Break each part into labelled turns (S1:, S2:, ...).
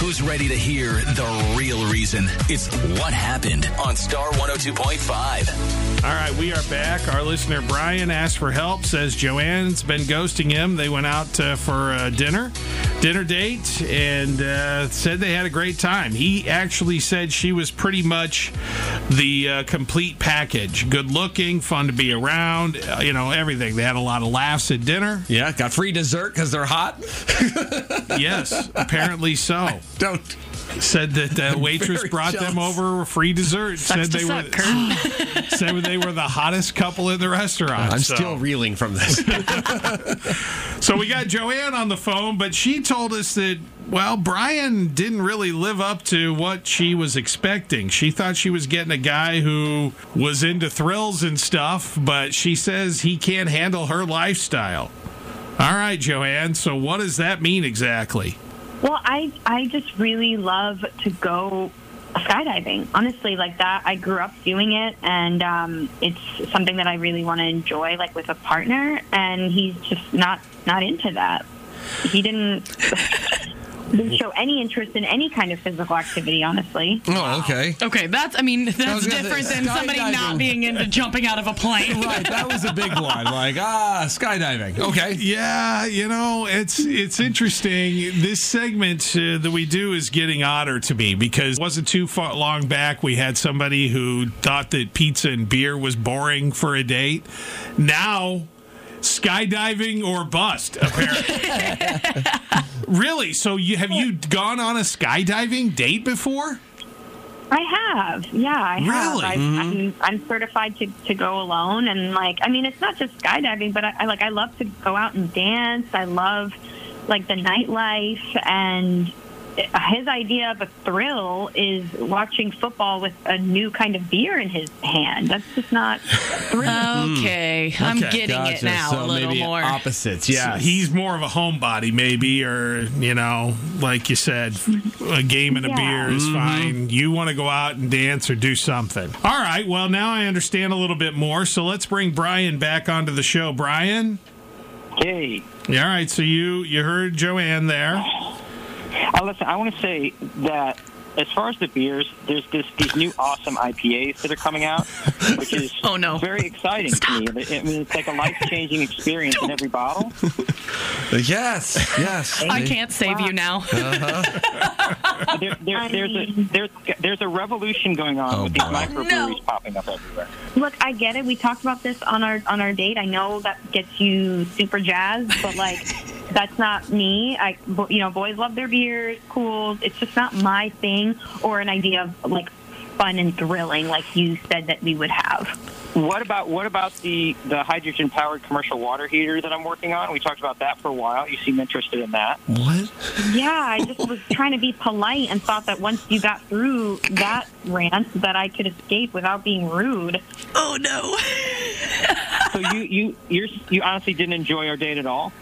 S1: Who's ready to hear the real reason? It's what happened on Star 102.5.
S2: All right, we are back. Our listener Brian asked for help. Says Joanne's been ghosting him. They went out uh, for uh, dinner, dinner date, and uh, said they had a great time. He actually said she was pretty much the uh, complete package: good looking, fun to be around, uh, you know, everything. They had a lot of laughs at dinner.
S3: Yeah, got free dessert because they're hot.
S2: Yes, apparently so.
S3: Don't.
S2: Said that the waitress
S3: very
S2: brought them
S3: jealous.
S2: over free dessert. Said
S4: Sucks to
S2: they
S4: suck,
S2: were
S4: Kurt.
S2: said they were the hottest couple in the restaurant.
S3: I'm
S2: so-
S3: still reeling from this.
S5: Oh,
S2: So we got Joanne on the phone, but she told us that, well, Brian didn't really live up to what she was expecting. She thought she was getting a guy who was into thrills and stuff, but she says he can't handle her lifestyle. All right, Joanne. So what does that mean exactly?
S6: Well, I I just really love to go skydiving. Honestly, like that, I grew up doing it, and um, it's something that I really want to enjoy, like with a partner. And he's just not not into that. He didn't. didn't show any interest in any kind of physical activity honestly
S3: oh, okay.
S4: Okay, that's I mean that's
S3: was gonna say,
S4: different than somebody
S3: skydiving.
S4: not being into jumping out of a plane.
S3: Right, that was a big one. Like ah, skydiving. Okay.
S2: Yeah, you know, it's it's interesting. This segment uh, that we do is getting odder to me because it wasn't too far long back we had somebody who thought that pizza and beer was boring for a date. Now, skydiving or bust, apparently. really? So you have you gone on a skydiving date before?
S6: i have yeah i have
S2: Really?
S6: I, I'm, I'm certified to, to go alone and like i mean it's not just skydiving but I, I like i love to go out and dance i love like the nightlife and his idea of a thrill is watching football with a new kind of beer in his hand that's just not
S4: Okay, I'm
S2: Okay,
S4: getting it now a little more.
S3: opposites. Yeah.
S2: He's more of a homebody, maybe, or, you know, like you said, a game and a
S6: Yeah.
S2: beer is fine. You want to go out and dance or do something. All right. Well, now I understand a little bit more. So let's bring Brian back onto the show. Brian?
S7: Hey,
S2: All right. So you, you heard Joanne there.
S7: uh, listen, I want to say that as far as the beers, there's this these new awesome IPAs that are coming out, which is
S4: Oh, no.
S7: very exciting to me. I mean, it's like a life changing experience in every bottle.
S3: Yes. Yes.
S4: I can't save you now.
S7: There, there, there's a there's there's a revolution going on
S3: Oh,
S7: with these
S3: boy.
S7: microbreweries
S4: No.
S7: popping up everywhere.
S6: Look, I get it. We talked about this on our on our date. I know that gets you super jazzed, but like that's not me. I bo- you know, boys love their beers, cool. It's just not my thing or an idea of like fun and thrilling like you said that we would have.
S7: What about what about the the hydrogen powered commercial water heater that I'm working on? We talked about that for a while. You seem interested in that.
S3: What?
S6: Yeah, I just was trying to be polite and thought that once you got through that rant that I could escape without being rude.
S4: oh no.
S7: So you you you're, you honestly didn't enjoy our date at all.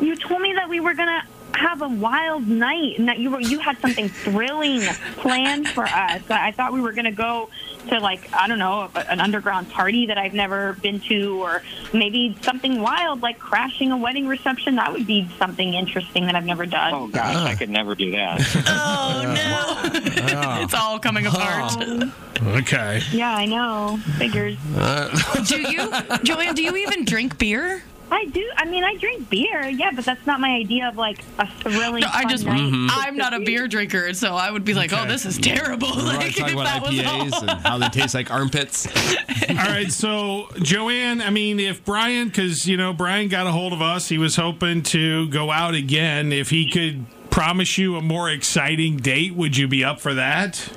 S6: You told me that we were gonna have a wild night and that you were you had something thrilling planned for us. I I thought we were gonna go to like I don't know a- an underground party that I've never been to, or maybe something wild like crashing a wedding reception. That would be something interesting that I've never done.
S7: Oh gosh,
S3: Ah.
S7: I could never do that.
S4: Oh no. it's all coming apart.
S2: Okay.
S6: Yeah, I know. Figures.
S4: do you, Joanne? Do you even drink beer?
S6: I do. I mean, I drink beer, yeah, but that's not my idea of like a thrilling.
S4: No, I
S6: fun
S4: just mm-hmm.
S6: night.
S4: I'm not a beer drinker, so I would be like, oh, this is terrible. Like
S3: talking
S4: if
S3: about
S4: that was all.
S3: IPAs and how they taste like armpits.
S2: All right, so Joanne, I mean, if Brian, because you know Brian got a hold of us, he was hoping to go out again. If he could promise you a more exciting date, would you be up for that?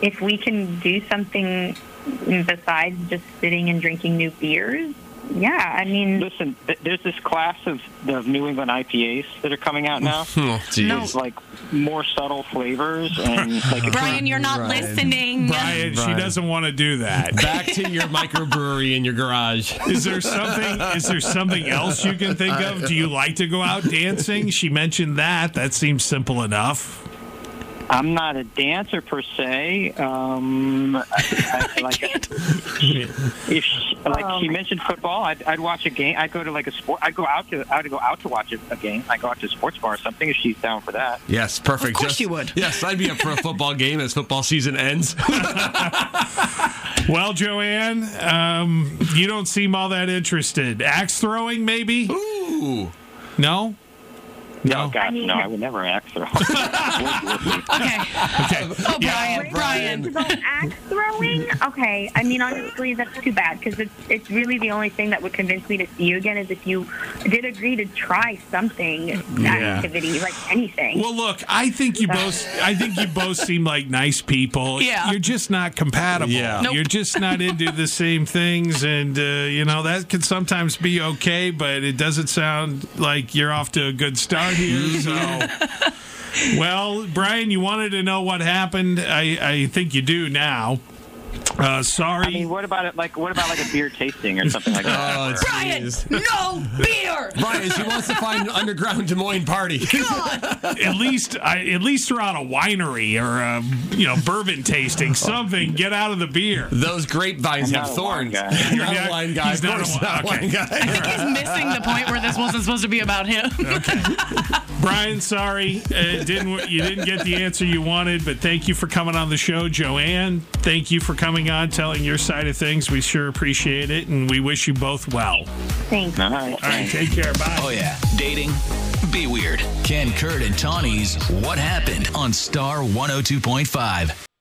S6: If we can do something besides just sitting and drinking new beers, yeah. I mean,
S7: Listen, th- there's this class of the New England IPAs that are coming out now.
S3: Oh, geez.
S4: No.
S7: It's like more subtle flavors and like it's-
S4: Brian, you're not
S3: Brian.
S4: listening.
S2: Brian, she
S3: Brian.
S2: doesn't want to do that.
S3: Back to your microbrewery in your garage.
S2: Is there something? Is there something else you can think of? Do you like to go out dancing? She mentioned that. That seems simple enough.
S7: I'm not a dancer per se. Um, I, I, like if she, like she mentioned football, I'd, I'd watch a game. I'd go to like a sport. I'd go out to. I'd go out to watch a, a game. I'd go out to a sports bar or something if she's down for that.
S5: Yes, perfect.
S4: Of course you would.
S5: Yes, I'd be up for a football game as football season ends.
S2: Well, Joanne, um, you don't seem all that interested. Axe throwing, maybe?
S5: Ooh.
S2: No.
S3: Oh.
S7: No, Oh, God, no, I would never ask her.
S4: Okay.
S2: Okay.
S4: Oh, Brian. Brian.
S6: About axe throwing? Okay. I mean, honestly, that's too bad because it's it's really the only thing that would convince me to see you again is if you did agree to try something that
S2: Yeah.
S6: activity, like anything.
S2: Well, look, I think you both. I think you both seem like nice people.
S4: Yeah.
S2: You're just not compatible.
S5: Yeah.
S4: Nope.
S2: You're just not into the same things, and uh, you know that can sometimes be okay, but it doesn't sound like you're off to a good start here. So. Well, Brian, you wanted to know what happened. I, I think you do now. Uh, sorry.
S7: I mean, what about it? Like, what about like a beer tasting or something like that?
S5: Oh,
S4: Brian,
S5: jeez.
S4: no beer.
S5: Brian, she wants to find an underground Des Moines party.
S2: at least I, at least they're on a winery or a, you know bourbon tasting something. Get out of the beer.
S5: Those grapevines
S7: I'm
S5: have
S7: not a wine
S5: thorns.
S7: guy.
S5: You're not
S2: not-
S5: a wine guy.
S2: he's
S5: Of
S2: not a
S5: course
S2: wi-
S5: not a wine guy.
S4: He's missing the point where this wasn't supposed to be about him.
S2: Brian, sorry, uh, didn't you didn't get the answer you wanted, but thank you for coming on the show, Joanne. Thank you for coming on, telling your side of things. We sure appreciate it, and we wish you both well.
S6: Thanks.
S7: All right.
S2: All right, take care. Bye.
S1: Oh, yeah. Dating? Be oh weird. Ken Kurt and Tawny's What Happened on Star 102.5.